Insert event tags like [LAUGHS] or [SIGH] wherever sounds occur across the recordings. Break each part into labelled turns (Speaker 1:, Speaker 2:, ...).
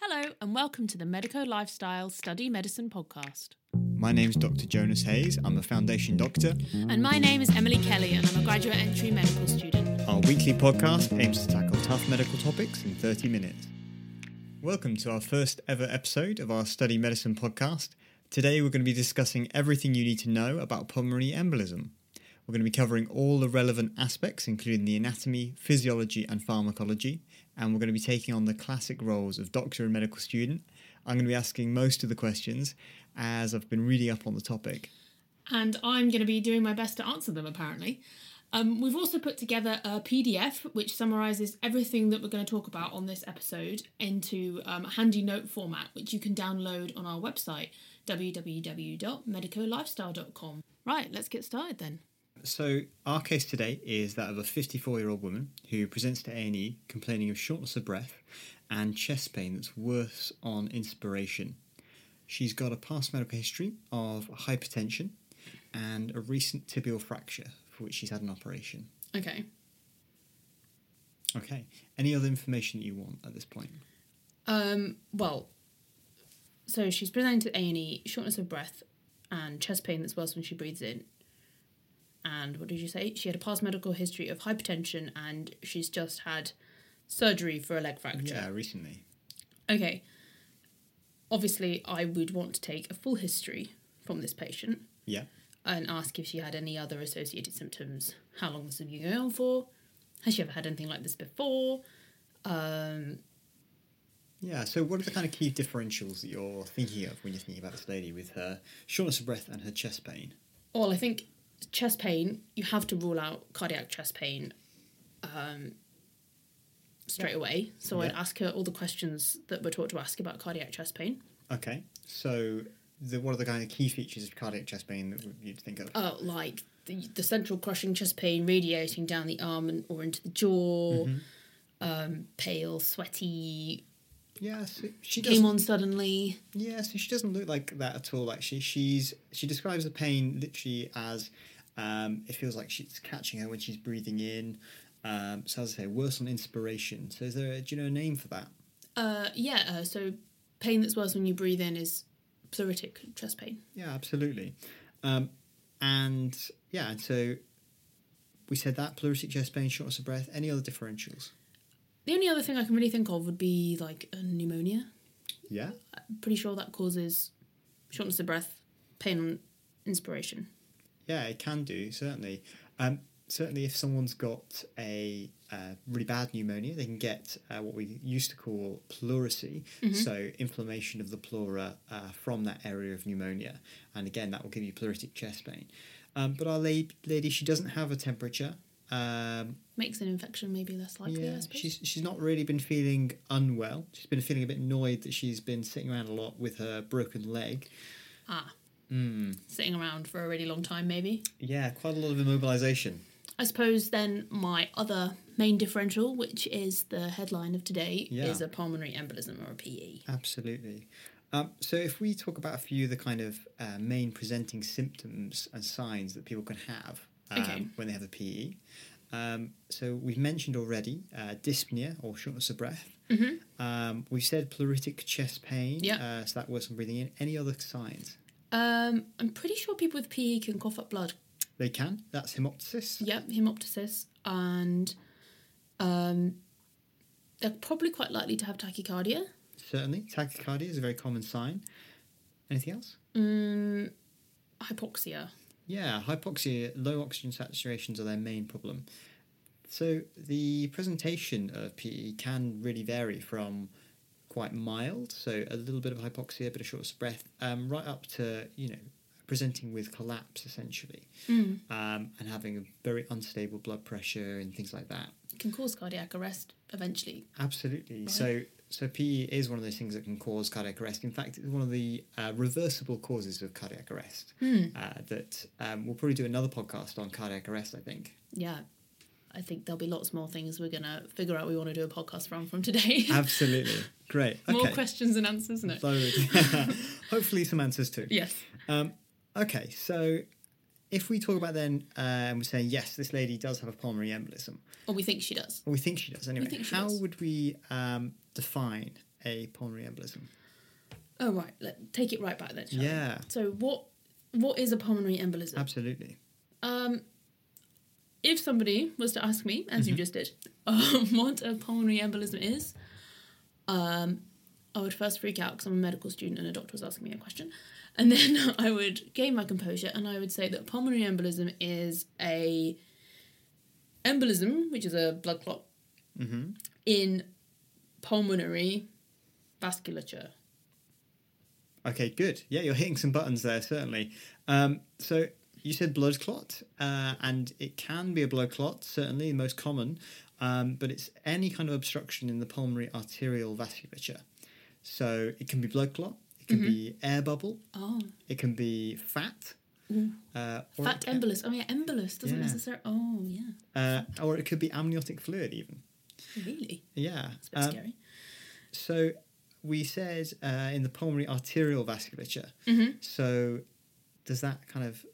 Speaker 1: Hello, and welcome to the Medico Lifestyle Study Medicine podcast.
Speaker 2: My name's Dr. Jonas Hayes. I'm a foundation doctor.
Speaker 1: And my name is Emily Kelly, and I'm a graduate entry medical student.
Speaker 2: Our weekly podcast aims to tackle tough medical topics in 30 minutes. Welcome to our first ever episode of our Study Medicine podcast. Today we're going to be discussing everything you need to know about pulmonary embolism. We're going to be covering all the relevant aspects, including the anatomy, physiology, and pharmacology. And we're going to be taking on the classic roles of doctor and medical student. I'm going to be asking most of the questions as I've been reading up on the topic.
Speaker 1: And I'm going to be doing my best to answer them, apparently. Um, we've also put together a PDF which summarises everything that we're going to talk about on this episode into um, a handy note format, which you can download on our website, www.medicolifestyle.com. Right, let's get started then.
Speaker 2: So our case today is that of a 54-year-old woman who presents to A&E complaining of shortness of breath and chest pain that's worse on inspiration. She's got a past medical history of hypertension and a recent tibial fracture for which she's had an operation.
Speaker 1: Okay.
Speaker 2: Okay. Any other information that you want at this point?
Speaker 1: Um, well, so she's presenting to A&E, E, shortness of breath and chest pain that's worse when she breathes in. And what did you say? She had a past medical history of hypertension and she's just had surgery for a leg
Speaker 2: Yeah,
Speaker 1: fracture.
Speaker 2: Uh, recently.
Speaker 1: Okay. Obviously, I would want to take a full history from this patient
Speaker 2: Yeah.
Speaker 1: and ask if she had any other associated symptoms. How long this has been going on for? Has she ever had anything like this before? Um,
Speaker 2: Yeah, so what are the kind of key differentials that you're thinking of when you're thinking about this lady with her shortness of breath and her chest pain?
Speaker 1: Well, I think chest pain, you have to rule out cardiac chest pain um, straight away. So I'd
Speaker 2: Yeah.
Speaker 1: ask her all the questions that we're taught to ask about cardiac chest pain.
Speaker 2: Okay, so the, what are the kind of key features of cardiac chest pain that you'd think of?
Speaker 1: Uh, like the, the central crushing chest pain radiating down the arm and, or into the jaw,
Speaker 2: Mm-hmm.
Speaker 1: um, pale, sweaty,
Speaker 2: yeah, so she
Speaker 1: came
Speaker 2: doesn't.
Speaker 1: on suddenly.
Speaker 2: Yeah, so she doesn't look like that at all. Actually, she's she describes the pain literally as um, it feels like she's catching her when she's breathing in. Um, so as I say, worse on inspiration. So is there a, do you know a name for that?
Speaker 1: Uh, yeah, uh, so pain that's worse when you breathe in is pleuritic chest pain.
Speaker 2: Yeah, absolutely. Um, and yeah, and so we said that pleuritic chest pain, shortness of breath. Any other differentials?
Speaker 1: The only other thing I can really think of would be like a pneumonia.
Speaker 2: Yeah.
Speaker 1: pretty sure that causes shortness of breath, pain on inspiration.
Speaker 2: Yeah, it can do certainly. Um, certainly, if someone's got a uh, really bad pneumonia, they can get uh, what we used to call pleurisy,
Speaker 1: Mm-hmm.
Speaker 2: so inflammation of the pleura uh, from that area of pneumonia, and again that will give you pleuritic chest pain. Um, but our lady, lady, she doesn't have a temperature. Um,
Speaker 1: Makes an infection maybe less likely, I
Speaker 2: yeah,
Speaker 1: suppose.
Speaker 2: she's she's not really been feeling unwell. She's been feeling a bit annoyed that she's been sitting around a lot with her broken leg.
Speaker 1: ah. Sitting around for a really long time, maybe.
Speaker 2: Yeah, quite a lot of immobilization.
Speaker 1: I suppose then my other main differential, which is the headline of today,
Speaker 2: Yeah.
Speaker 1: is a pulmonary embolism or a E. PE.
Speaker 2: Absolutely. Um, so, if we talk about a few of the kind of uh, main presenting symptoms and signs that people can have um,
Speaker 1: Okay.
Speaker 2: when they have a PE, um, so we've mentioned already uh, dyspnea or shortness of breath. Um, we've said pleuritic chest pain.
Speaker 1: Mm-hmm. Yeah.
Speaker 2: Uh, so that works on breathing in. Any other signs?
Speaker 1: Um, I'm pretty sure people with PE can cough up blood.
Speaker 2: They can. That's hemoptysis.
Speaker 1: Yep, hemoptysis, and um, they're probably quite likely to have tachycardia.
Speaker 2: Certainly. Tachycardia is a very common sign. Anything else?
Speaker 1: Mm, hypoxia.
Speaker 2: Yeah, hypoxia, low oxygen saturations are their main problem. So the presentation of PE can really vary from quite mild, so a little bit of hypoxia, a bit of shortness of breath, um, right up to you know presenting with collapse essentially, um, and having a very unstable blood pressure and things like that.
Speaker 1: can cause cardiac arrest eventually.
Speaker 2: Absolutely. So so PE is one of those things that can cause cardiac arrest. In fact, it's one of the uh, reversible causes of cardiac arrest. Uh, that um, we'll probably do another podcast on cardiac arrest. I [LAUGHS] think.
Speaker 1: Yeah. I think there'll be lots more things we're going to figure out we want to do a podcast from from today. [LAUGHS]
Speaker 2: Absolutely. Great. Okay.
Speaker 1: more questions and answers, isn't it?
Speaker 2: So- [LAUGHS] hopefully some answers too.
Speaker 1: Yes.
Speaker 2: Um, okay, so if we talk about then, um, we're saying yes, this lady does have a pulmonary embolism.
Speaker 1: Or we think she does.
Speaker 2: Well, we think she does anyway.
Speaker 1: think she
Speaker 2: How
Speaker 1: does.
Speaker 2: would we um, define a pulmonary embolism?
Speaker 1: Oh right, let take it right back then. shall we?
Speaker 2: Yeah,
Speaker 1: So what what is a pulmonary embolism?
Speaker 2: absolutely.
Speaker 1: Um, if somebody was to ask me,
Speaker 2: Mm-hmm.
Speaker 1: as you just did, [LAUGHS] um, what a pulmonary embolism is, um, I would first freak out because I'm a medical student and a doctor was asking me a question. And then [LAUGHS] I would gain my composure and I would say that pulmonary embolism is a embolism, which is a blood clot,
Speaker 2: Mhm.
Speaker 1: in pulmonary vasculature.
Speaker 2: Okay, good. Yeah, you're hitting some buttons there, certainly. Um, so you said blood clot, uh, and it can be a blood clot, certainly the most common, um, but it's any kind of obstruction in the pulmonary arterial vasculature. So it can be blood clot, it can be air bubble,
Speaker 1: Oh,
Speaker 2: it can be fat, uh, or
Speaker 1: Mm-hmm. fat
Speaker 2: it can-
Speaker 1: embolus. Oh yeah, embolus doesn't
Speaker 2: Yeah.
Speaker 1: necessarily. Oh yeah,
Speaker 2: uh, or it could be amniotic fluid even.
Speaker 1: really?
Speaker 2: Yeah,
Speaker 1: It's a bit
Speaker 2: um,
Speaker 1: scary.
Speaker 2: So we said uh, in the pulmonary arterial vasculature. So does that kind of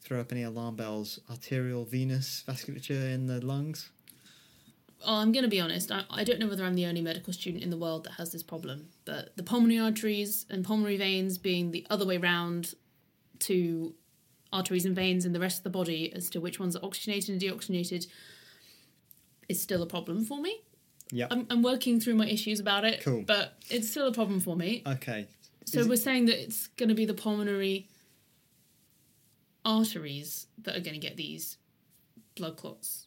Speaker 2: throw up any alarm bells? Arterial venous vasculature in the lungs?
Speaker 1: Oh, I'm going to be honest. I, I don't know whether I'm the only medical student in the world that has this problem, but the pulmonary arteries and pulmonary veins being the other way round to arteries and veins in the rest of the body as to which ones are oxygenated and deoxygenated is still a problem for me.
Speaker 2: Yeah.
Speaker 1: I'm, I'm working through my issues about it,
Speaker 2: Cool.
Speaker 1: but it's still a problem for me.
Speaker 2: okay.
Speaker 1: So
Speaker 2: Is it-
Speaker 1: we're saying that it's going to be the pulmonary arteries that are going to get these blood clots.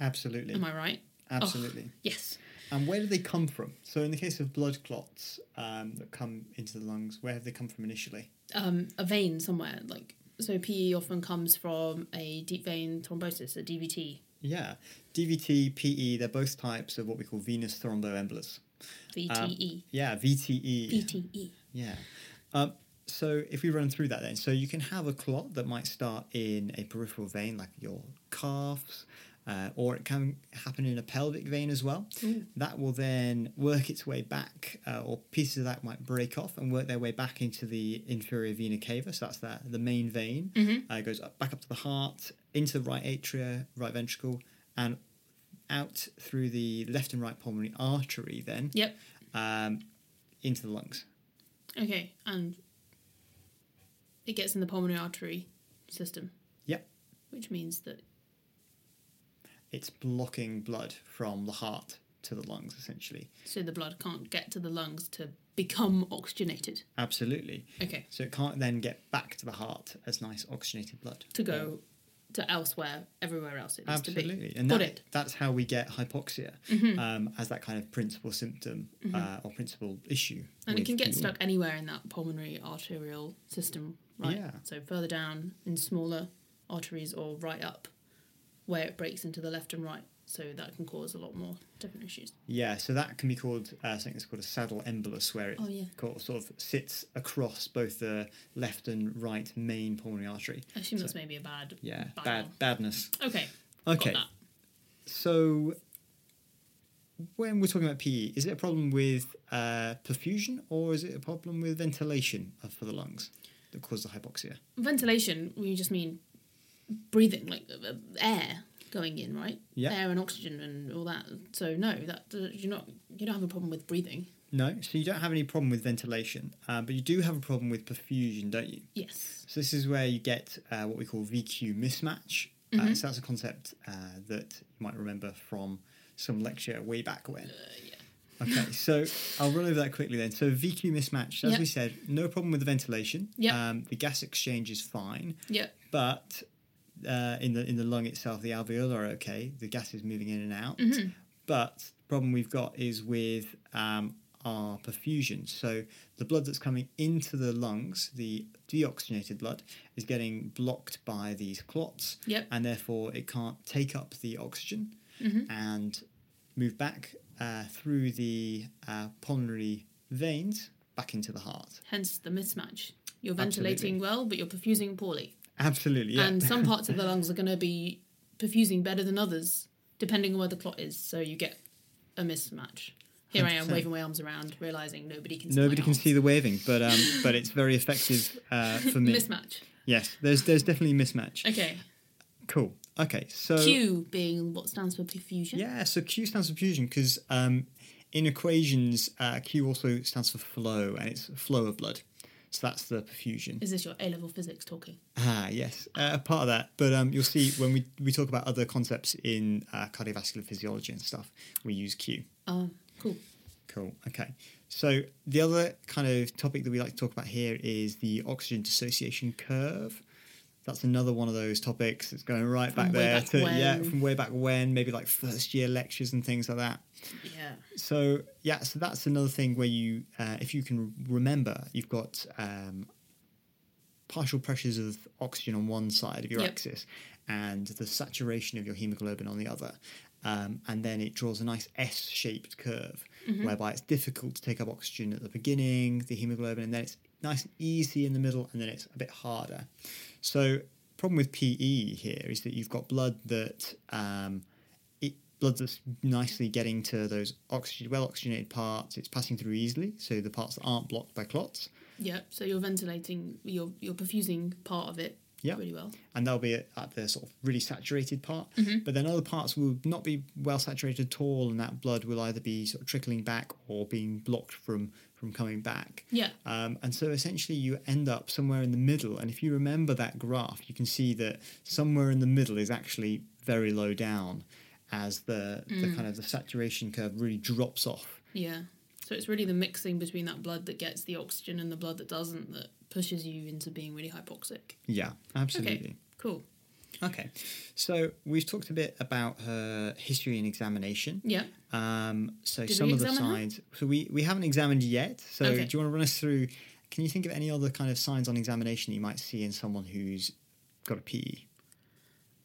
Speaker 2: absolutely,
Speaker 1: Am I right?
Speaker 2: absolutely.
Speaker 1: Yes.
Speaker 2: And where do they come from? So in the case of blood clots um, that come into the lungs, where have they come from initially?
Speaker 1: um, a vein somewhere. Like so, PE often comes from a deep vein thrombosis, a DVT.
Speaker 2: Yeah, DVT, PE, E, they're both types of what we call venous thromboembolism.
Speaker 1: VTE.
Speaker 2: Um, Yeah, E. VTE.
Speaker 1: VTE.
Speaker 2: Yeah. Um, so if we run through that then, so you can have a clot that might start in a peripheral vein, like your calves, uh, or it can happen in a pelvic vein as well. That will then work its way back, uh, or pieces of that might break off and work their way back into the inferior vena cava. So that's the, the main vein. Uh, it goes up, back up to the heart, into the right atria, right ventricle, and out through the left and right pulmonary artery then
Speaker 1: Yep.
Speaker 2: um, into the lungs.
Speaker 1: Okay, and it gets in the pulmonary artery system,
Speaker 2: Yep.
Speaker 1: which means that
Speaker 2: it's blocking blood from the heart to the lungs essentially
Speaker 1: so the blood can't get to the lungs to become oxygenated.
Speaker 2: absolutely
Speaker 1: Okay,
Speaker 2: so it can't then get back to the heart as nice oxygenated blood
Speaker 1: to go to elsewhere, everywhere else it needs to be.
Speaker 2: absolutely and
Speaker 1: Got
Speaker 2: that-
Speaker 1: it. Mm-hmm.
Speaker 2: that's how we get hypoxia um, as that kind of principal symptom uh, or principal issue
Speaker 1: And it
Speaker 2: with E.
Speaker 1: can get
Speaker 2: PE.
Speaker 1: stuck anywhere in that pulmonary arterial system, right?
Speaker 2: Yeah.
Speaker 1: So further down in smaller arteries or right up where it breaks into the left and right. So that can cause a lot more different issues.
Speaker 2: yeah so that can be called uh, something that's called a saddle embolus where it
Speaker 1: Oh, yeah.
Speaker 2: co- sort of sits across both the left and right main pulmonary artery
Speaker 1: I assume
Speaker 2: So-
Speaker 1: that's maybe a bad.
Speaker 2: yeah
Speaker 1: bad
Speaker 2: bad
Speaker 1: one.
Speaker 2: badness
Speaker 1: Okay. got
Speaker 2: okay
Speaker 1: that.
Speaker 2: So, when we're talking about PE, is it a problem with uh, perfusion or is it a problem with ventilation of- for the lungs that causes the hypoxia?
Speaker 1: Ventilation, we just mean breathing, like uh, uh, air going in, right?
Speaker 2: Yeah.
Speaker 1: Air and oxygen and all that. So no, that uh, you're not you don't have a problem with breathing.
Speaker 2: No, so you don't have any problem with ventilation, uh, but you do have a problem with perfusion, don't you?
Speaker 1: Yes.
Speaker 2: So this is where you get uh, what we call VQ mismatch. Uh, so that's a concept uh, that you might remember from some lecture way back when. Okay, so I'll run over that quickly then. So VQ mismatch, as
Speaker 1: Yep.
Speaker 2: we said, no problem with the ventilation.
Speaker 1: Yep.
Speaker 2: Um, the gas exchange is fine.
Speaker 1: Yeah.
Speaker 2: but uh, in the in the lung itself, the alveoli are okay. The gas is moving in and out.
Speaker 1: Mm-hmm.
Speaker 2: But the problem we've got is with um, our perfusion. So the blood that's coming into the lungs, the deoxygenated blood, is getting blocked by these clots,
Speaker 1: Yep. Mm-hmm.
Speaker 2: and therefore it can't take up the oxygen and move back uh, through the uh, pulmonary veins back into the heart.
Speaker 1: Hence the mismatch. You're
Speaker 2: Absolutely.
Speaker 1: ventilating well, but you're perfusing poorly.
Speaker 2: Absolutely, yeah.
Speaker 1: and some parts of the lungs are going to be perfusing better than others depending on where the clot is so you get a mismatch here i am
Speaker 2: 100%.
Speaker 1: waving my arms around realizing nobody can see my
Speaker 2: Nobody can
Speaker 1: arms.
Speaker 2: see the waving, but um, but it's very effective uh, for me.
Speaker 1: mismatch
Speaker 2: Yes, there's there's definitely a mismatch.
Speaker 1: okay
Speaker 2: Cool. Okay, so
Speaker 1: q being what stands for perfusion
Speaker 2: yeah, so Q stands for fusion because um, in equations, uh, Q also stands for flow, and it's flow of blood. So that's the perfusion.
Speaker 1: Is this your A level physics talking?
Speaker 2: Ah, yes, uh, part of that. But um, you'll see when we, we talk about other concepts in uh, cardiovascular physiology and stuff, we use Q.
Speaker 1: Oh, cool.
Speaker 2: Cool. Okay. So the other kind of topic that we like to talk about here is the oxygen dissociation curve. That's another one of those topics that's going right
Speaker 1: From
Speaker 2: back
Speaker 1: way
Speaker 2: there
Speaker 1: back
Speaker 2: to yeah,
Speaker 1: when.
Speaker 2: from way back when, maybe like first year lectures and things like that.
Speaker 1: Yeah.
Speaker 2: So yeah, so that's another thing where you, uh, if you can remember, you've got um, partial pressures of oxygen on one side of your
Speaker 1: Yep.
Speaker 2: axis, and the saturation of your hemoglobin on the other, um, and then it draws a nice S-shaped curve, whereby it's difficult to take up oxygen at the beginning, the hemoglobin, and then it's nice and easy in the middle, and then it's a bit harder. So problem with PE here is that you've got blood that um, it blood that's nicely getting to those oxygen, well oxygenated parts. It's passing through easily, so the parts that aren't blocked by clots,
Speaker 1: Yeah. So you're ventilating, you're you're perfusing part of it
Speaker 2: Yeah.
Speaker 1: really well.
Speaker 2: and they'll be at, at the sort of really saturated part. But then other parts will not be well saturated at all, and that blood will either be sort of trickling back or being blocked from from coming back.
Speaker 1: Yeah.
Speaker 2: Um, and so essentially, you end up somewhere in the middle. And if you remember that graph, you can see that somewhere in the middle is actually very low down, as the, the kind of the saturation curve really drops off.
Speaker 1: Yeah. So it's really the mixing between that blood that gets the oxygen and the blood that doesn't that pushes you into being really hypoxic.
Speaker 2: Yeah,
Speaker 1: Okay.
Speaker 2: absolutely.
Speaker 1: Cool.
Speaker 2: Okay. So we've talked a bit about her history and examination.
Speaker 1: Yeah.
Speaker 2: Um, so
Speaker 1: Did we
Speaker 2: some of the
Speaker 1: examine her?
Speaker 2: signs. So we, we haven't examined yet. So
Speaker 1: Okay.
Speaker 2: do you want to run us through? Can you think of any other kind of signs on examination you might see in someone who's got a E?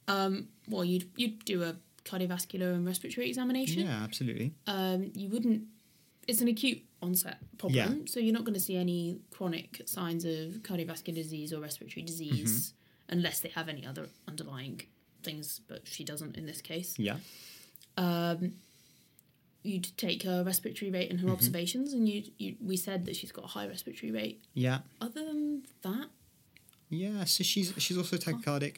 Speaker 2: PE?
Speaker 1: Um, well, you'd you'd do a cardiovascular and respiratory examination.
Speaker 2: Yeah, absolutely.
Speaker 1: Um, you wouldn't. It's an acute onset problem, so you're not going to see any chronic signs of cardiovascular disease or respiratory disease
Speaker 2: Mm-hmm.
Speaker 1: unless they have any other underlying things. But she doesn't in this case.
Speaker 2: Yeah.
Speaker 1: You'd take her respiratory rate
Speaker 2: Mm-hmm.
Speaker 1: and her observations, and you you we said that she's got a high respiratory rate.
Speaker 2: Yeah.
Speaker 1: Other than that,
Speaker 2: Yeah, so she's she's
Speaker 1: Oh.
Speaker 2: also tachycardic.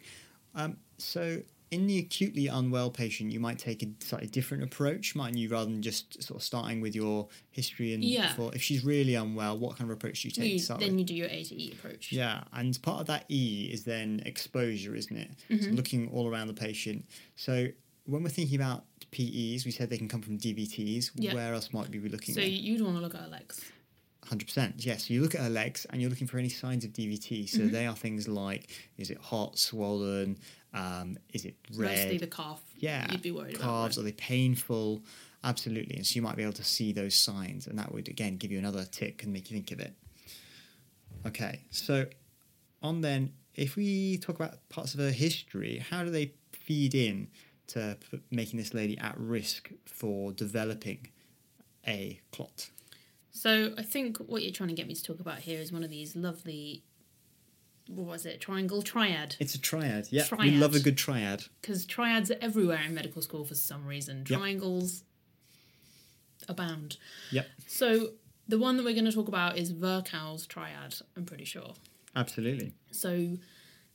Speaker 2: Um, so in the acutely unwell patient, you might take a slightly different approach, mightn't you? Rather than just sort of starting with your history and
Speaker 1: Yeah.
Speaker 2: for if she's really unwell, what kind of approach do you take
Speaker 1: you,
Speaker 2: to start
Speaker 1: then
Speaker 2: with?
Speaker 1: you do your A to E approach.
Speaker 2: Yeah, and part of that E is then exposure, isn't it?
Speaker 1: Mm-hmm.
Speaker 2: So looking all around the patient. So when we're thinking about PEs, we said they can come from DVTs.
Speaker 1: Yeah.
Speaker 2: Where else might we be looking?
Speaker 1: So
Speaker 2: at?
Speaker 1: you'd want to look at her legs.
Speaker 2: Hundred percent. Yes. You look at her legs, and you're looking for any signs of DVT. So
Speaker 1: Mm-hmm.
Speaker 2: they are things like: is it hot, swollen? Um, is it red?
Speaker 1: Mostly the calf.
Speaker 2: yeah.
Speaker 1: You'd be worried
Speaker 2: Calves.
Speaker 1: about.
Speaker 2: Are they painful? Absolutely. And so you might be able to see those signs, and that would again give you another tick and make you think of it. Okay. So on then, if we talk about parts of her history, how do they feed in to p- making this lady at risk for developing a clot?
Speaker 1: So I think what you're trying to get me to talk about here is one of these lovely, what was it, triangle triad?
Speaker 2: It's a triad. Yeah, we
Speaker 1: Triad.
Speaker 2: love a good triad.
Speaker 1: Because triads are everywhere in medical school for some reason.
Speaker 2: Yep.
Speaker 1: Triangles abound.
Speaker 2: Yep,
Speaker 1: So the one that we're going to talk about is Virchow's triad. I'm pretty sure.
Speaker 2: absolutely.
Speaker 1: So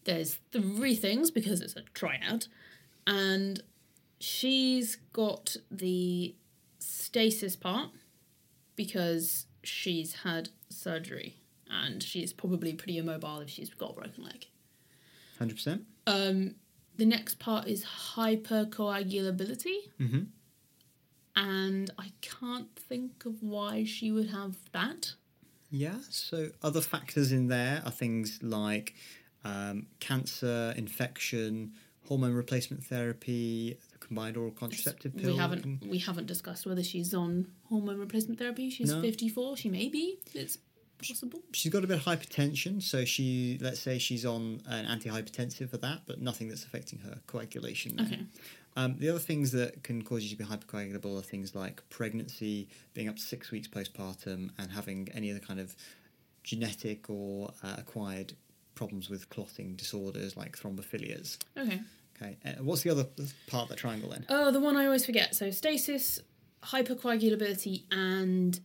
Speaker 1: there's three things because it's a triad, and she's got the stasis part because she's had surgery and she's probably pretty immobile if she's got a broken leg.
Speaker 2: Hundred percent.
Speaker 1: Um, the next part is hypercoagulability,
Speaker 2: Mhm.
Speaker 1: and I can't think of why she would have that.
Speaker 2: Yeah. So other factors in there are things like um, cancer, infection, hormone replacement therapy, the combined oral contraceptive pill.
Speaker 1: We haven't we haven't discussed whether she's on hormone replacement therapy. She's
Speaker 2: No.
Speaker 1: 54. She may be. It's possible.
Speaker 2: She's got a bit of hypertension, so she let's say she's on an antihypertensive for that, but nothing that's affecting her coagulation. there.
Speaker 1: Okay.
Speaker 2: Um, the other things that can cause you to be hypercoagulable are things like pregnancy, being up to six weeks postpartum, and having any other kind of genetic or uh, acquired problems with clotting disorders like thrombophilias.
Speaker 1: Okay.
Speaker 2: Okay, uh, what's the other part of the triangle then?
Speaker 1: Oh, the one I always forget. So stasis, hypercoagulability, and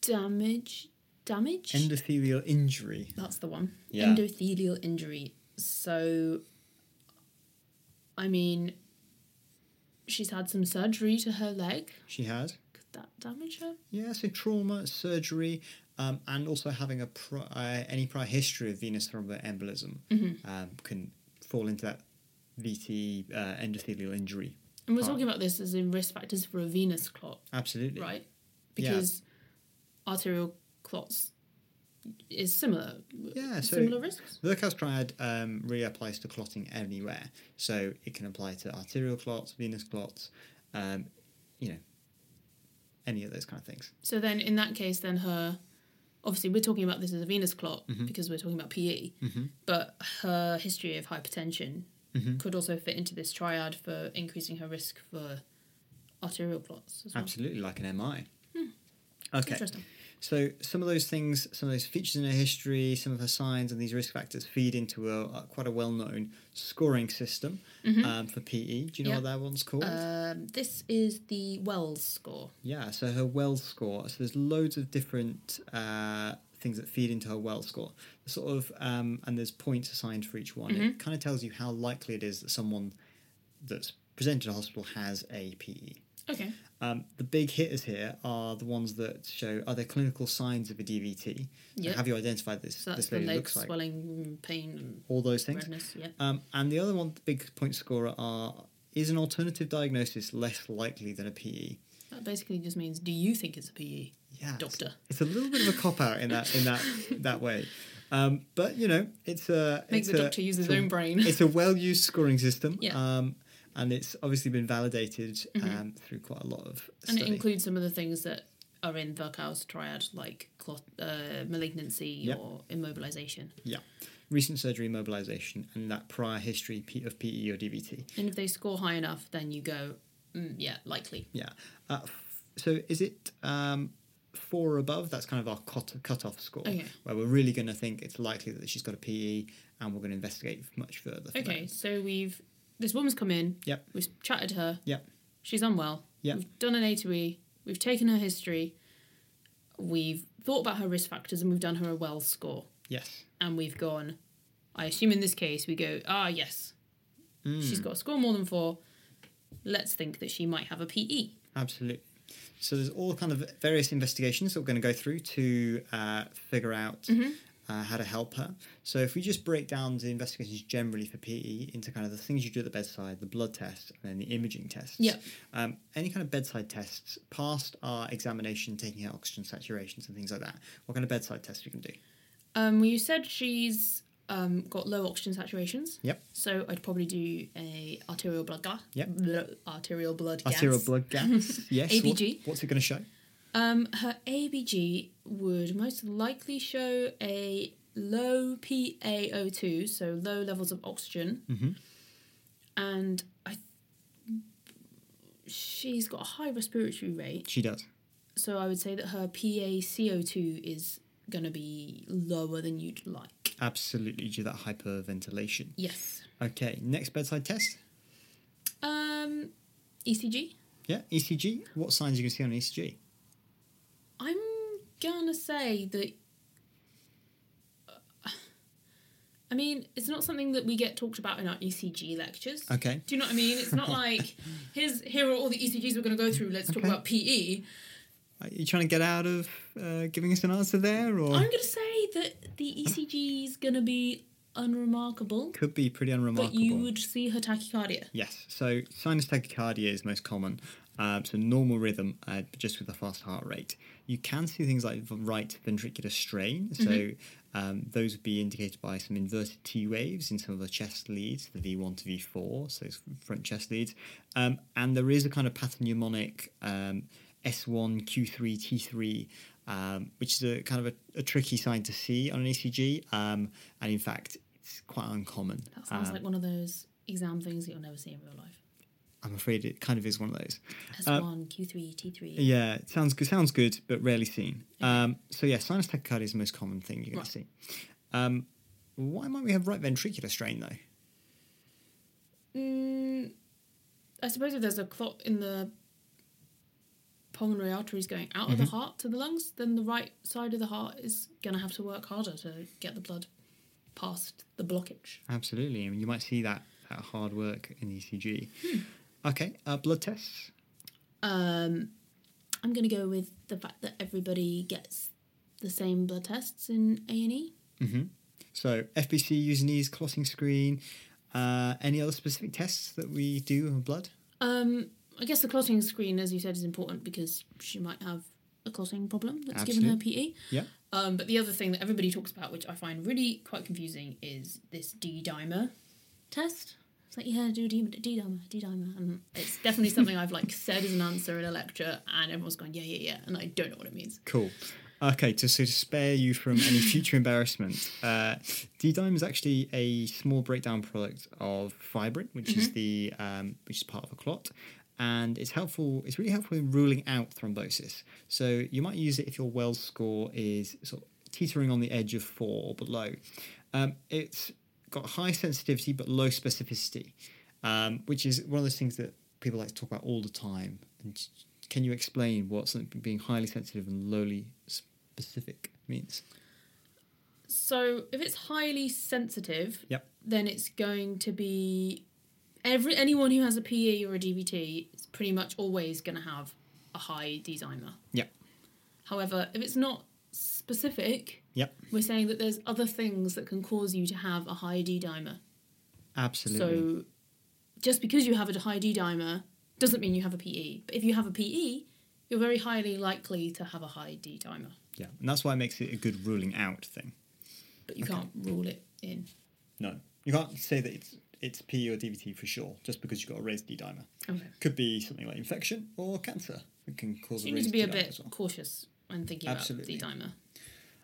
Speaker 1: damage. Damage.
Speaker 2: Endothelial injury.
Speaker 1: That's the one.
Speaker 2: Yeah.
Speaker 1: Endothelial injury. So, I mean, she's had some surgery to her leg.
Speaker 2: She had.
Speaker 1: that damage her?
Speaker 2: Yeah, so trauma, surgery, um, and also having a pri uh, any prior history of venous thromboembolism um, can fall into that VT uh, endothelial injury.
Speaker 1: And we're
Speaker 2: part.
Speaker 1: talking about this as in risk factors for a venous clot,
Speaker 2: Absolutely.
Speaker 1: right?
Speaker 2: Yeah.
Speaker 1: Because arterial clots is similar.
Speaker 2: Yeah, so-
Speaker 1: similar risks.
Speaker 2: The Lurkow's triad um, really applies to clotting anywhere, so it can apply to arterial clots, venous clots, um, you know, any of those kind of things.
Speaker 1: So then, in that case, then her, obviously, we're talking about this as a venous clot
Speaker 2: Mm-hmm.
Speaker 1: because we're talking about PE, but her history of hypertension
Speaker 2: Mm-hmm.
Speaker 1: could also fit into this triad for increasing her risk for arterial clots as well.
Speaker 2: Absolutely, like an MI. Ah, Okay.
Speaker 1: Interesting.
Speaker 2: So some of those things, some of those features in her history, some of her signs, and these risk factors feed into a, a quite a well-known scoring system um, for PE. Do you know
Speaker 1: Yeah.
Speaker 2: what that one's called?
Speaker 1: Um, this is the Wells score.
Speaker 2: Yeah, so her Wells score. So there's loads of different uh, things that feed into her Wells score. Sort of, um, and there's points assigned for each one. It kind of tells you how likely it is that someone that's presented to hospital has a E. PE.
Speaker 1: Okay.
Speaker 2: Um, the big hitters here are the ones that show are there clinical signs of a DVT?
Speaker 1: Yeah.
Speaker 2: Have you identified this?
Speaker 1: So that's
Speaker 2: this
Speaker 1: the
Speaker 2: lady
Speaker 1: leg
Speaker 2: looks like
Speaker 1: swelling, pain, and
Speaker 2: all those things.
Speaker 1: redness. Yeah.
Speaker 2: Um, and the other one, the big point scorer are is an alternative diagnosis less likely than a E? PE?
Speaker 1: That basically just means, do you think it's a E? PE?
Speaker 2: yeah, it's-
Speaker 1: Doctor.
Speaker 2: It's, a little bit of a cop out in that
Speaker 1: [LAUGHS]
Speaker 2: in that that way, um, but you know, it's a
Speaker 1: Make
Speaker 2: it's
Speaker 1: the
Speaker 2: a-
Speaker 1: doctor use his
Speaker 2: it's a-
Speaker 1: own brain.
Speaker 2: it's a well used scoring system.
Speaker 1: Yeah. Mm-hmm.
Speaker 2: Um, and it's obviously been validated um, through quite a lot of
Speaker 1: [LAUGHS] and
Speaker 2: study.
Speaker 1: it includes some of the things that are in Virchow's triad, like clot, uh, malignancy
Speaker 2: Yep.
Speaker 1: or immobilization.
Speaker 2: yeah, recent surgery, mobilization, and that prior history P- of PE or DVT.
Speaker 1: And if they score high enough, then you go, mm, yeah, likely.
Speaker 2: Yeah. Uh, f- so is it um, four or above? That's kind of our cut cutoff score,
Speaker 1: Okay.
Speaker 2: where we're really going to think it's likely that she's got a PE, and we're going to investigate much further. for that.
Speaker 1: Okay, so we've this woman's come in.
Speaker 2: Yep.
Speaker 1: We've chatted to her.
Speaker 2: Yep.
Speaker 1: She's unwell.
Speaker 2: Yep.
Speaker 1: We've done an A to E. We've taken her history. We've thought about her risk factors and we've done her a Wells score.
Speaker 2: Yes.
Speaker 1: And we've gone, I assume in this case, we go, ah, yes. She's got a score more than four. Let's think that she might have a E." PE.
Speaker 2: Absolutely. So there's all kind of various investigations that we're going to go through to uh, figure out
Speaker 1: Mm-hmm.
Speaker 2: uh, how to help her. So if we just break down the investigations generally for PE into kind of the things you do at the bedside, the blood test, and then the imaging tests.
Speaker 1: Yeah.
Speaker 2: Um, any kind of bedside tests past our examination, taking her oxygen saturations and things like that. What kind of bedside tests we can do?
Speaker 1: Um, well, you said she's um, got low oxygen saturations.
Speaker 2: Yep.
Speaker 1: So I'd probably do a arterial blood gas.
Speaker 2: Yep.
Speaker 1: Bl- arterial blood gas.
Speaker 2: Arterial blood
Speaker 1: [LAUGHS]
Speaker 2: gas. yes. what-
Speaker 1: ABG.
Speaker 2: what's it going to show?
Speaker 1: Um, her ABG would most likely show a low PaO2, so low levels of oxygen. And I, she's got a high respiratory rate.
Speaker 2: She does.
Speaker 1: So I would say that her PaCO2 is going to be lower than you'd like.
Speaker 2: Absolutely due to that hyperventilation.
Speaker 1: Yes.
Speaker 2: Okay. Next bedside test.
Speaker 1: Um, ECG.
Speaker 2: Yeah, ECG. What signs you can see on E ECG?
Speaker 1: I'm gonna say that. I mean, it's not something that we get talked about in our ECG lectures.
Speaker 2: Okay.
Speaker 1: Do you know what I mean?
Speaker 2: [LAUGHS]
Speaker 1: It's not like here's here are all the ECGs we're gonna go through. Let's talk
Speaker 2: Okay.
Speaker 1: about E. PE.
Speaker 2: Are you trying to get out of uh, giving us an answer there, or
Speaker 1: I'm gonna say that the ECG is gonna be unremarkable,
Speaker 2: could be pretty unremarkable?
Speaker 1: but you would see her tachycardia.
Speaker 2: Yes. So sinus tachycardia is most common. Uh, so normal rhythm, uh, just with a fast heart rate. You can see things like v- right ventricular strain. So um, those would be indicated by some inverted T waves in some of the chest leads, the V1 to V4, so those front chest leads. Um, and there is a kind of pathognomonic um, S1, Q3, T3, um, which is a kind of a, a tricky sign to see on an ECG. Um, and in fact, it's quite uncommon.
Speaker 1: That sounds
Speaker 2: Um,
Speaker 1: like one of those exam things that you'll never see in real life.
Speaker 2: I'm afraid it kind of is one of those.
Speaker 1: S1, Q3, T3.
Speaker 2: Yeah, it sounds good. Sounds good, but rarely seen. Um, so yeah, sinus tachycardia is the most common thing you're going
Speaker 1: Right.
Speaker 2: to see. Um, why might we have right ventricular strain though?
Speaker 1: Mm, I suppose if there's a clot in the pulmonary arteries going out of the heart to the lungs, then the right side of the heart is going to have to work harder to get the blood past the blockage.
Speaker 2: Absolutely, I mean you might see that, that hard E work in ECG. Okay, uh, blood tests.
Speaker 1: Um, I'm going to go with the fact that everybody gets the same blood tests in A and E.
Speaker 2: So FBC using knees, clotting screen. Uh, any other specific tests that we do on blood?
Speaker 1: Um, I guess the clotting screen, as you said, is important because she might have a clotting problem that's given her PE.
Speaker 2: Yeah.
Speaker 1: Um, but the other thing that everybody talks about, which I find really quite confusing, is this D dimer test. It's like, yeah, do a D D dimer, D dimer. And it's definitely something I've like said as an answer in a lecture, and everyone's going, yeah, yeah, yeah. And I don't know what it means.
Speaker 2: Cool. Okay, to, so to spare you from any future embarrassment, uh, D-Dime is actually a small breakdown product of fibrin, which is the um, which is part of a clot, and it's helpful. It's really helpful in ruling out thrombosis. So you might use it if your Wells score is sort of teetering on the edge of four or below. Um, it's got high sensitivity but low specificity, um, which is one of those things that people like to talk about all the time. And j- can you explain what something being highly sensitive and lowly specific means?
Speaker 1: So if it's highly sensitive,
Speaker 2: Yep.
Speaker 1: then it's going to be every anyone who has a PE or a DVT is pretty much always going to have a high D-dimer.
Speaker 2: Yep.
Speaker 1: However, if it's not specific,
Speaker 2: Yep.
Speaker 1: we're saying that there's other things that can cause you to have a high D dimer.
Speaker 2: Absolutely.
Speaker 1: So just because you have a high D dimer doesn't mean you have a PE. But if you have a PE, you're very highly likely to have a high D dimer.
Speaker 2: yeah, and that's why it makes it a good ruling out thing.
Speaker 1: But you can't rule it in.
Speaker 2: No, you can't say that it's it's P or DVT for sure just because you've got a raised D dimer.
Speaker 1: Okay.
Speaker 2: Could be something like infection or cancer. It can cause
Speaker 1: So
Speaker 2: a
Speaker 1: you need to
Speaker 2: raised
Speaker 1: be a
Speaker 2: D-dimer
Speaker 1: bit
Speaker 2: as well.
Speaker 1: cautious when thinking
Speaker 2: Absolutely.
Speaker 1: about D dimer.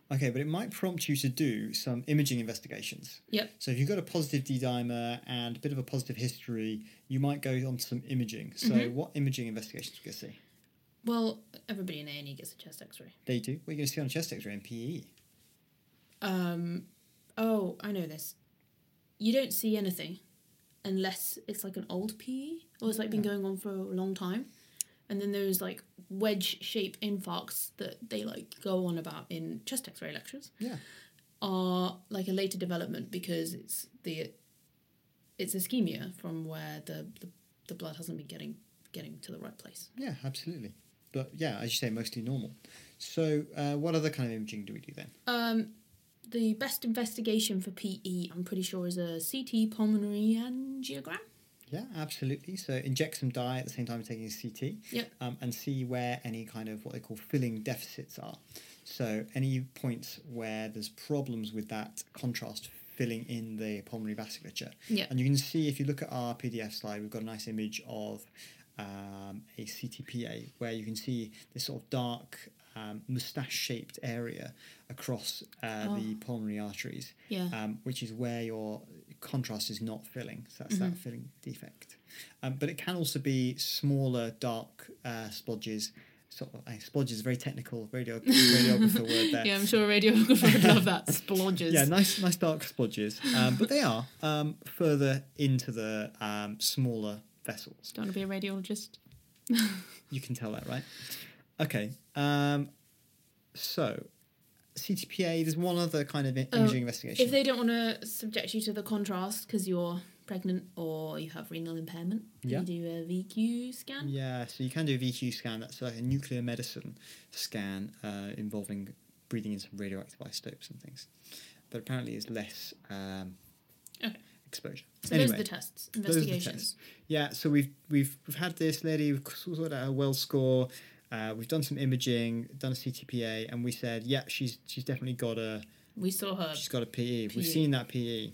Speaker 2: Okay, but it might prompt you to do some imaging investigations.
Speaker 1: Yep.
Speaker 2: So if you've got a positive D dimer and a bit of a positive history, you might go on to some imaging. So what imaging investigations are you going to see?
Speaker 1: Well, everybody in A&E gets a chest x-ray.
Speaker 2: They do. What are you going to see on a chest x-ray and E. PE?
Speaker 1: Um, oh, I know this. You don't see anything unless it's like an old PE or it's like been going on for a long time. And then those like wedge shape infarcts that they like go on about in chest x ray lectures
Speaker 2: Yeah.
Speaker 1: are like a later development because it's the it's ischemia from where the, the, the blood hasn't been getting getting to the right place.
Speaker 2: Yeah, absolutely. But yeah, as you say, mostly normal. So uh, what other kind of imaging do we do then?
Speaker 1: Um, the best investigation for PE, I'm pretty sure, is a CT pulmonary angiogram.
Speaker 2: Yeah, absolutely. So inject some dye at the same time as taking a CT
Speaker 1: Yep.
Speaker 2: um, and see where any kind of what they call filling deficits are. So any points where there's problems with that contrast filling in the pulmonary vasculature.
Speaker 1: Yeah.
Speaker 2: And you can see if you look at our PDF slide, we've got a nice image of um, a CTPA where you can see this sort of dark um, mustache-shaped area across uh, the pulmonary arteries,
Speaker 1: Oh. Yeah.
Speaker 2: um, which is where your contrast is not filling. So that's
Speaker 1: Mm-hmm.
Speaker 2: that filling defect. Um, but it can also be smaller dark uh, splodges. Sort of, uh, splodges is very technical
Speaker 1: [LAUGHS]
Speaker 2: radio, radiographer word there.
Speaker 1: Yeah, I'm sure a radiographer would love
Speaker 2: [LAUGHS]
Speaker 1: that. Splodges.
Speaker 2: Yeah, nice, nice dark splodges, um, but they are um, further into the um, smaller vessels.
Speaker 1: Don't want to be a radiologist.
Speaker 2: You can tell that, right? Okay. Um, so, CTPA. There's one other kind of i-
Speaker 1: Oh,
Speaker 2: imaging investigation.
Speaker 1: If they don't want to subject you to the contrast because you're pregnant or you have renal impairment, can
Speaker 2: Yeah.
Speaker 1: you do a VQ scan.
Speaker 2: yeah, so you can do a VQ scan. That's like a nuclear medicine scan uh, involving breathing in some radioactive isotopes and things. But apparently, it's less um,
Speaker 1: Okay.
Speaker 2: exposure.
Speaker 1: So those are the tests,
Speaker 2: Those are the
Speaker 1: investigations.
Speaker 2: tests. Yeah, so we've we've we've had this lady. We've sorted out her well score. Uh, we've done some imaging, done a CTPA, and we said, yeah, she's she's definitely got a
Speaker 1: We saw her,
Speaker 2: she's got a PE. We've
Speaker 1: PE.
Speaker 2: seen that PE.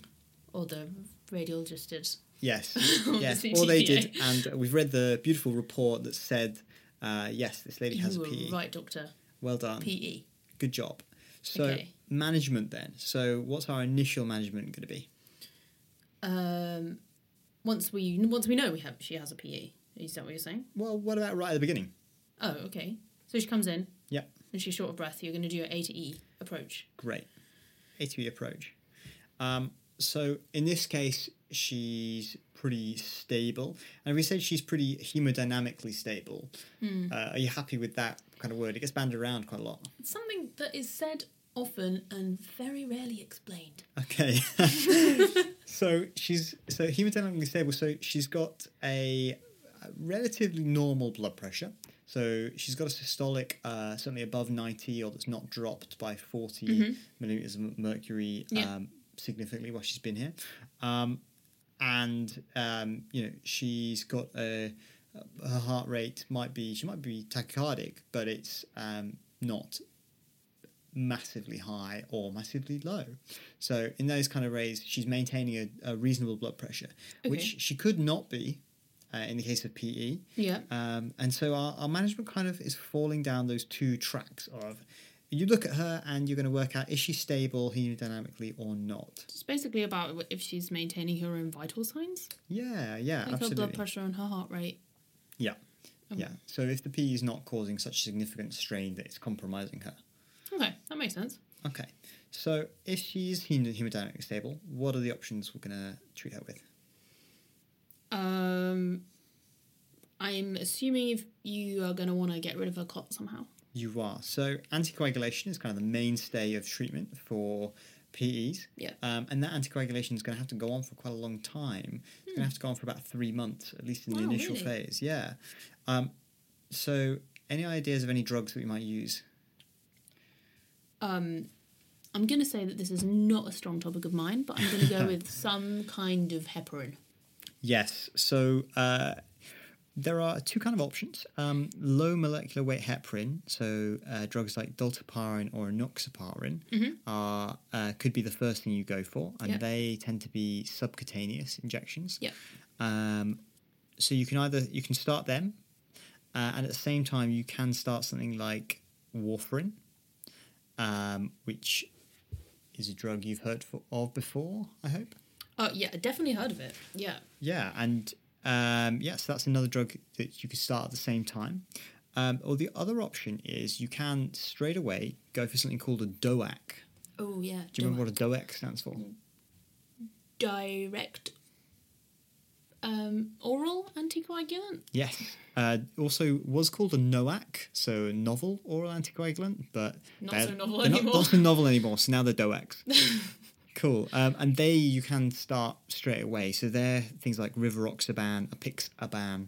Speaker 1: or the radiologist did. [LAUGHS]
Speaker 2: Yes,
Speaker 1: On the
Speaker 2: yes. All they
Speaker 1: CTPA.
Speaker 2: did, and we've read the beautiful report that said, uh, yes, this lady has
Speaker 1: you
Speaker 2: a E.
Speaker 1: were
Speaker 2: PE.
Speaker 1: right, doctor. E.
Speaker 2: Well done.
Speaker 1: PE.
Speaker 2: Good job. So
Speaker 1: Okay.
Speaker 2: management then. So what's our initial management going to be?
Speaker 1: Um, once we once we know we have she has a PE. Is that what you're saying?
Speaker 2: Well, what about right at the beginning?
Speaker 1: Oh, okay. So she comes in.
Speaker 2: Yep.
Speaker 1: And she's short of breath. You're going to do an A to E approach.
Speaker 2: Great. ATV approach. Um, so in this case, she's pretty stable. And we said she's pretty hemodynamically stable. Uh, are you happy with that kind of word? It gets banded around quite a lot.
Speaker 1: It's something that is said often and very rarely explained.
Speaker 2: Okay. [LAUGHS] so she's so hemodynamically stable. So she's got a relatively normal blood pressure. So she's got a systolic uh, certainly above 90 or that's not dropped by 40 millimeters of mercury
Speaker 1: Yeah.
Speaker 2: um, significantly while she's been here. Um, and, um, you know, she's got a, her heart rate might be, she might be tachycardic, but it's um, not massively high or massively low. So in those kind of rays, she's maintaining a, a reasonable blood pressure, which
Speaker 1: Okay.
Speaker 2: she could not be uh, in the case of PE.
Speaker 1: Yeah.
Speaker 2: Um, and so our, our management kind of is falling down those two tracks of you look at her and you're going to work out is she stable hemodynamically or not.
Speaker 1: It's basically about if she's maintaining her own vital signs,
Speaker 2: Yeah, yeah,
Speaker 1: like
Speaker 2: absolutely.
Speaker 1: her blood pressure and her heart rate.
Speaker 2: Yeah,
Speaker 1: Okay.
Speaker 2: yeah. So if the PE is not causing such significant strain that it's compromising her.
Speaker 1: Okay, that makes sense.
Speaker 2: Okay. So if she's hem- hemodynamically stable, what are the options we're going to treat her with?
Speaker 1: Um, I'm assuming if you are going to want to get rid of her clot somehow.
Speaker 2: You are. So anticoagulation is kind of the mainstay of treatment for PEs.
Speaker 1: Yeah.
Speaker 2: Um, and that anticoagulation is going to have to go on for quite a long time. It's going to have to go on for about three months, at least in the
Speaker 1: Wow,
Speaker 2: initial
Speaker 1: really?
Speaker 2: phase. Yeah. Um, so any ideas of any drugs that we might use?
Speaker 1: I'm going to say that this is not a strong topic of mine, but I'm going to
Speaker 2: [LAUGHS]
Speaker 1: go with some kind of heparin.
Speaker 2: Yes. So uh, there are two kind of options: um, low molecular weight heparin, so uh, drugs like dolteparin or enoxaparin, are uh, could be the first thing you go for, and
Speaker 1: Yeah.
Speaker 2: they tend to be subcutaneous injections.
Speaker 1: Yeah.
Speaker 2: Um, so you can either you can start them, uh, and at the same time you can start something like warfarin, um, which is a drug you've heard for, of before, I hope.
Speaker 1: Oh, yeah, I definitely heard of it. Yeah.
Speaker 2: Yeah, and um, yes, that's another drug that you could start at the same time. Um, or the other option is you can straight away go for something called a DOAC.
Speaker 1: Oh, yeah.
Speaker 2: Do you remember what a DOAC stands for?
Speaker 1: Direct um, oral anticoagulant?
Speaker 2: Yes. Uh, also was called a NOAC, so a novel oral anticoagulant, but
Speaker 1: Not
Speaker 2: they're-
Speaker 1: so novel
Speaker 2: they're not-
Speaker 1: anymore.
Speaker 2: Not, so novel anymore. So now they're DOACs.
Speaker 1: [LAUGHS]
Speaker 2: cool. Um, and they you can start straight away. So they're things like rivaroxaban, apixaban.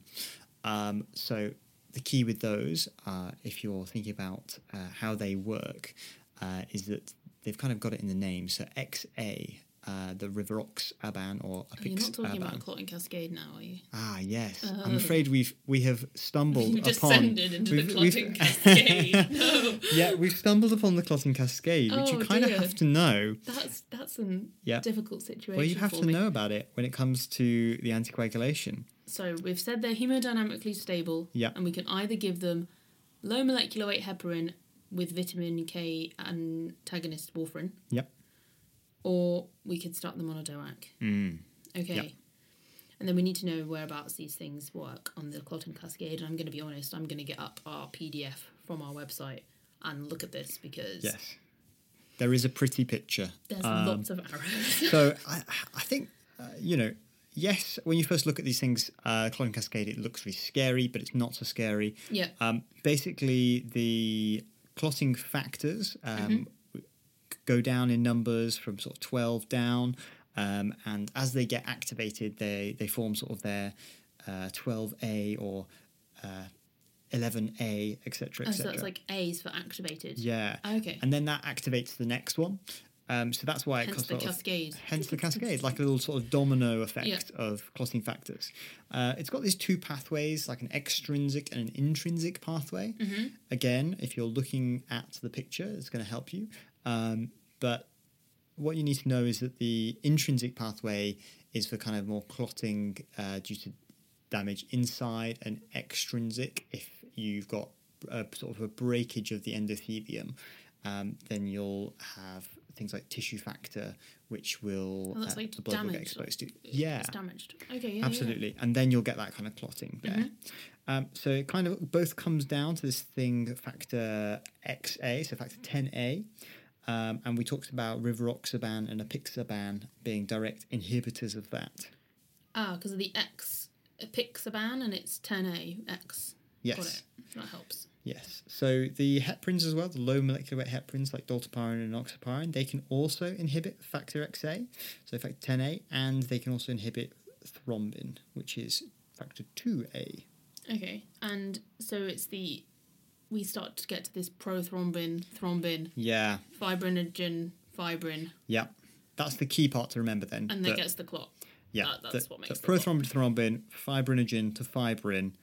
Speaker 2: Um, so the key with those, uh, if you're thinking about uh, how they work, uh, is that they've kind of got it in the name. So XA. Uh, the rivaroxaban or apixaban.
Speaker 1: Oh, You're not talking about clot and cascade now, are you?
Speaker 2: Ah, yes. I'm afraid we've we have stumbled
Speaker 1: Oh. [LAUGHS] You
Speaker 2: upon.
Speaker 1: descended into
Speaker 2: we've-
Speaker 1: the
Speaker 2: we've-
Speaker 1: clot and cascade. [LAUGHS] no.
Speaker 2: [LAUGHS] yeah, we've stumbled upon the clotting cascade, which you
Speaker 1: Oh,
Speaker 2: kind of
Speaker 1: dear.
Speaker 2: have to know.
Speaker 1: That's, that's a
Speaker 2: Yeah.
Speaker 1: difficult situation.
Speaker 2: Well, you have
Speaker 1: for
Speaker 2: to
Speaker 1: me.
Speaker 2: know about it when it comes to the anticoagulation.
Speaker 1: So we've said they're hemodynamically stable,
Speaker 2: Yeah.
Speaker 1: and we can either give them low molecular weight heparin with vitamin K antagonist warfarin,
Speaker 2: Yep.
Speaker 1: or we could start them on a DOAC.
Speaker 2: Mm.
Speaker 1: Okay.
Speaker 2: Yeah.
Speaker 1: And then we need to know whereabouts these things work on the clotting cascade. And I'm going to be honest, I'm going to get up our PDF from our website and look at this because
Speaker 2: Yes. There is a pretty picture.
Speaker 1: there's
Speaker 2: Um,
Speaker 1: lots [LAUGHS] of arrows.
Speaker 2: so I, I think, uh, you know, yes, when you first look at these things, uh, clotting cascade, it looks really scary, but it's not so scary.
Speaker 1: yeah.
Speaker 2: Um, basically, the clotting factors um,
Speaker 1: Mm-hmm.
Speaker 2: go down in numbers from sort of 12 down, um, and as they get activated, they, they form sort of their uh, 12A or uh, 11A, etc.
Speaker 1: Oh,
Speaker 2: etc.
Speaker 1: so that's like A's for activated.
Speaker 2: yeah.
Speaker 1: Okay.
Speaker 2: And then that activates the next one. Um, so that's why it
Speaker 1: Hence
Speaker 2: costs
Speaker 1: the
Speaker 2: sort of-
Speaker 1: cascade.
Speaker 2: hence the cascade, like a little sort of domino effect of clotting factors. Uh, it's got these two pathways, like an extrinsic and an intrinsic pathway. Again, if you're looking at the picture, it's going to help you. Um, but what you need to know is that the intrinsic pathway is for kind of more clotting uh, due to damage inside and extrinsic if you've got a, sort of a breakage of the endothelium um, then you'll have things like tissue factor which will
Speaker 1: Oh, that's
Speaker 2: uh,
Speaker 1: like
Speaker 2: the blood will get
Speaker 1: damage,
Speaker 2: exposed to
Speaker 1: It's
Speaker 2: yeah
Speaker 1: damaged. Okay. Yeah. Mm-hmm. yeah.
Speaker 2: absolutely and then you'll get that kind of clotting there um, so it kind of both comes down to this thing factor xa so factor 10a um, and we talked about rivaroxaban and apixaban being direct inhibitors of that
Speaker 1: Ah, because of the X. It picks a ban and it's 10A X. Got
Speaker 2: yes
Speaker 1: it. That helps.
Speaker 2: Yes. So the heparins as well, the low molecular weight heparins like dolteparin and enoxaparin, they can also inhibit factor XA, so factor 10A, and they can also inhibit thrombin, which is factor 2A.
Speaker 1: Okay. And so it's the we start to get to this prothrombin, thrombin,
Speaker 2: Yeah,
Speaker 1: fibrinogen, fibrin,
Speaker 2: yeah. That's the key part to remember then.
Speaker 1: and then
Speaker 2: that-
Speaker 1: gets the clot.
Speaker 2: yeah,
Speaker 1: that- that's
Speaker 2: that-
Speaker 1: what
Speaker 2: that
Speaker 1: makes the clot.
Speaker 2: prothrombin to thrombin, fibrinogen to fibrin,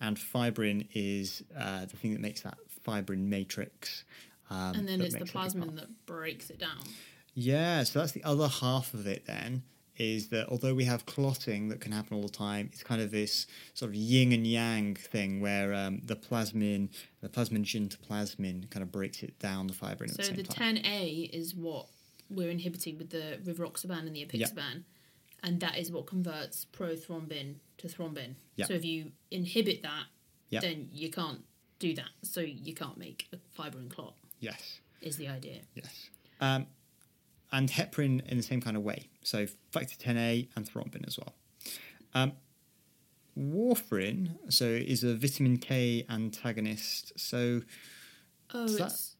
Speaker 2: and fibrin is uh, the thing that makes that fibrin matrix. Um,
Speaker 1: And then
Speaker 2: that
Speaker 1: it's the
Speaker 2: makes everything
Speaker 1: plasmin that breaks it down.
Speaker 2: Yeah, so that's the other half of it then, is that although we have clotting that can happen all the time, it's kind of this sort of yin and yang thing where um, the plasmin, the plasminogen to plasmin kind of breaks it down the fibrin
Speaker 1: So
Speaker 2: at the same
Speaker 1: the
Speaker 2: time.
Speaker 1: 10A is what we're inhibiting with the rivaroxaban and the apixaban, and that is what converts prothrombin to thrombin.
Speaker 2: Yeah.
Speaker 1: So if you inhibit that,
Speaker 2: Yeah.
Speaker 1: then you can't do that. So you can't make a fibrin clot.
Speaker 2: yes,
Speaker 1: Is the idea.
Speaker 2: yes. Um, and heparin in the same kind of way. So factor 10A and thrombin as well. Um, warfarin, so is a vitamin K antagonist. So
Speaker 1: Oh,
Speaker 2: Does that-
Speaker 1: it's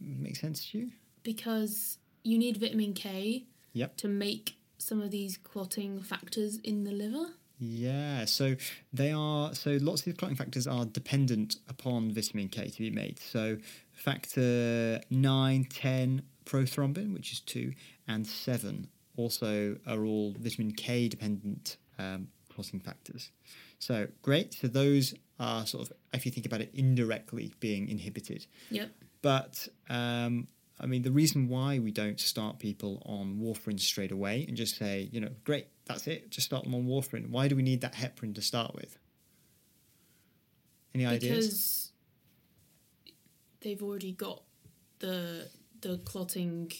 Speaker 2: make sense to you?
Speaker 1: because you need vitamin K
Speaker 2: Yep.
Speaker 1: to make some of these clotting factors in the liver.
Speaker 2: Yeah, so they are so lots of these clotting factors are dependent upon vitamin K to be made. So factor 9, 10 prothrombin, which is 2, and 7 also are all vitamin K dependent um, clotting factors. So great. So those are sort of if you think about it indirectly being inhibited.
Speaker 1: Yep.
Speaker 2: But um, I mean, the reason why we don't start people on warfarin straight away and just say, you know, great, that's it, just start them on warfarin. Why do we need that heparin to start with? Any ideas?
Speaker 1: because they've already got the the clotting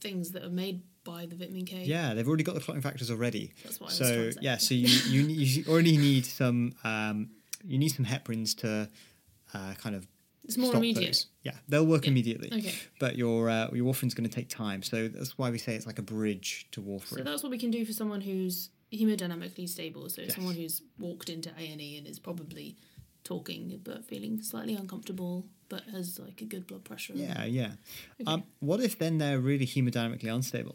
Speaker 1: things that are made by the vitamin K.
Speaker 2: Yeah, they've already got the clotting factors already.
Speaker 1: That's what I was
Speaker 2: So
Speaker 1: trying to say.
Speaker 2: yeah, so you you, [LAUGHS] ne- you already need some um, you need some heparins to uh, kind of
Speaker 1: It's more
Speaker 2: stop
Speaker 1: immediate.
Speaker 2: those. Yeah, they'll work
Speaker 1: Yeah.
Speaker 2: immediately.
Speaker 1: Okay.
Speaker 2: But your uh, your warfarin's going to take time, so that's why we say it's like a bridge to warfarin.
Speaker 1: So that's what we can do for someone who's hemodynamically stable. So
Speaker 2: Yes.
Speaker 1: someone who's walked into A and E and is probably talking but feeling slightly uncomfortable, but has like a good blood pressure.
Speaker 2: Yeah, yeah. Um, what if then they're really hemodynamically unstable?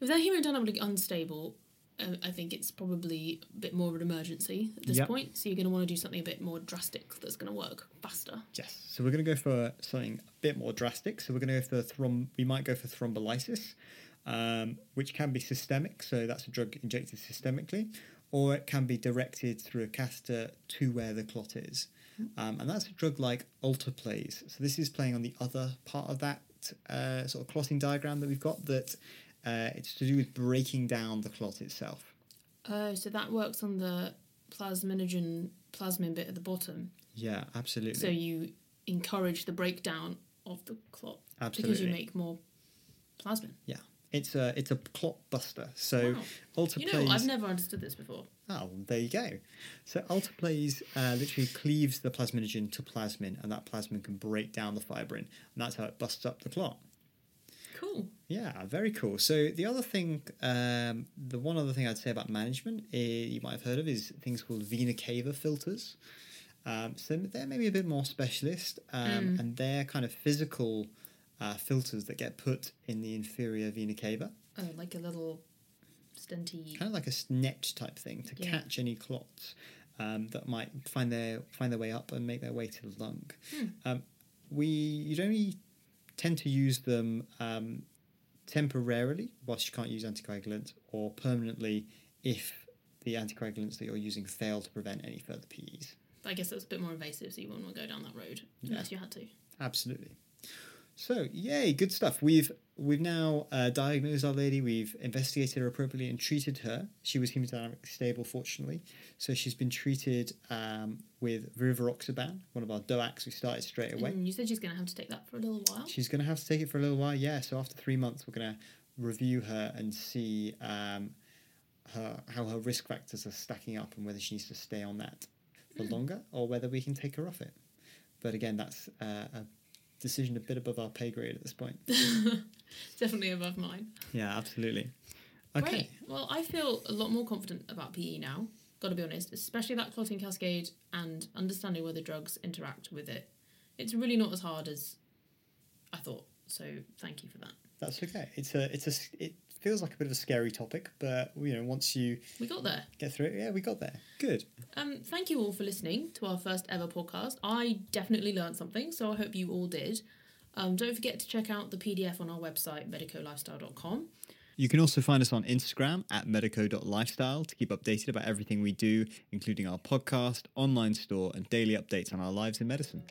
Speaker 1: If they're hemodynamically unstable, uh, I think it's probably a bit more of an emergency at this
Speaker 2: Yep.
Speaker 1: point. So you're going to want to do something a bit more drastic that's going to work faster.
Speaker 2: Yes. So we're going to go for something a bit more drastic. So we're going to go for throm. We might go for thrombolysis, um, which can be systemic. So that's a drug injected systemically, or it can be directed through a catheter to where the clot is, um, and that's a drug like alteplase. So this is playing on the other part of that uh, sort of clotting diagram that we've got. That uh, it's to do with breaking down the clot itself.
Speaker 1: Oh, so that works on the plasminogen plasmin bit at the bottom.
Speaker 2: Yeah, absolutely.
Speaker 1: So you encourage the breakdown of the clot because
Speaker 2: Absolutely.
Speaker 1: you make more plasmin.
Speaker 2: Yeah, it's a it's a plot buster. So
Speaker 1: Wow.
Speaker 2: Alter
Speaker 1: You know, I've
Speaker 2: plays.
Speaker 1: never understood this before.
Speaker 2: oh, there you go. So Alter plays uh, literally cleaves the plasminogen to plasmin, and that plasmin can break down the fibrin, and that's how it busts up the clot.
Speaker 1: Cool.
Speaker 2: Yeah, very cool. So the other thing, um, the one other thing I'd say about management eh, you might have heard of is things called vena cava filters. Um, so they're maybe a bit more specialist, um,
Speaker 1: Mm.
Speaker 2: and they're kind of physical uh, filters that get put in the inferior vena cava.
Speaker 1: Oh, like a little stenty.
Speaker 2: kind of like a s- net type thing to
Speaker 1: Yeah.
Speaker 2: catch any clots um, that might find their find their way up and make their way to the lung. Um, we you'd only tend to use them um, temporarily, whilst you can't use anticoagulants, or permanently if the anticoagulants that you're using fail to prevent any further PEs.
Speaker 1: I guess that's a bit more invasive, so you wouldn't want to go down that road unless you had to.
Speaker 2: Absolutely. So yay, good stuff. We've we've now uh, diagnosed our lady. We've investigated her appropriately and treated her. She was hemodynamically stable, fortunately. So she's been treated um, with rivaroxaban, one of our DOACs. We started straight away.
Speaker 1: And you said she's going to have to take that for a little while. [LAUGHS]
Speaker 2: She's going to have to take it for a little while. Yeah. So after three months, we're going to review her and see um, her how her risk factors are stacking up and whether she needs to stay on that for longer or whether we can take her off it. But again, that's uh, a decision a bit above our pay grade at this point.
Speaker 1: Definitely above mine.
Speaker 2: yeah, absolutely.
Speaker 1: Great. Well, I feel a lot more confident about PE now, got to be honest, especially that clotting cascade and understanding where the drugs interact with it. It's really not as hard as I thought. So thank you for that.
Speaker 2: That's okay. It's a it's a s- it, feels like a bit of a scary topic, but you know, once you
Speaker 1: We got there.
Speaker 2: get through it, yeah, we got there. Good.
Speaker 1: Um, thank you all for listening to our first ever podcast. I definitely learned something, so I hope you all did. Um, don't forget to check out the PDF on our website, medicolifestyle.com.
Speaker 2: You can also find us on Instagram at medico.lifestyle to keep updated about everything we do, including our podcast, online store, and daily updates on our lives in medicine.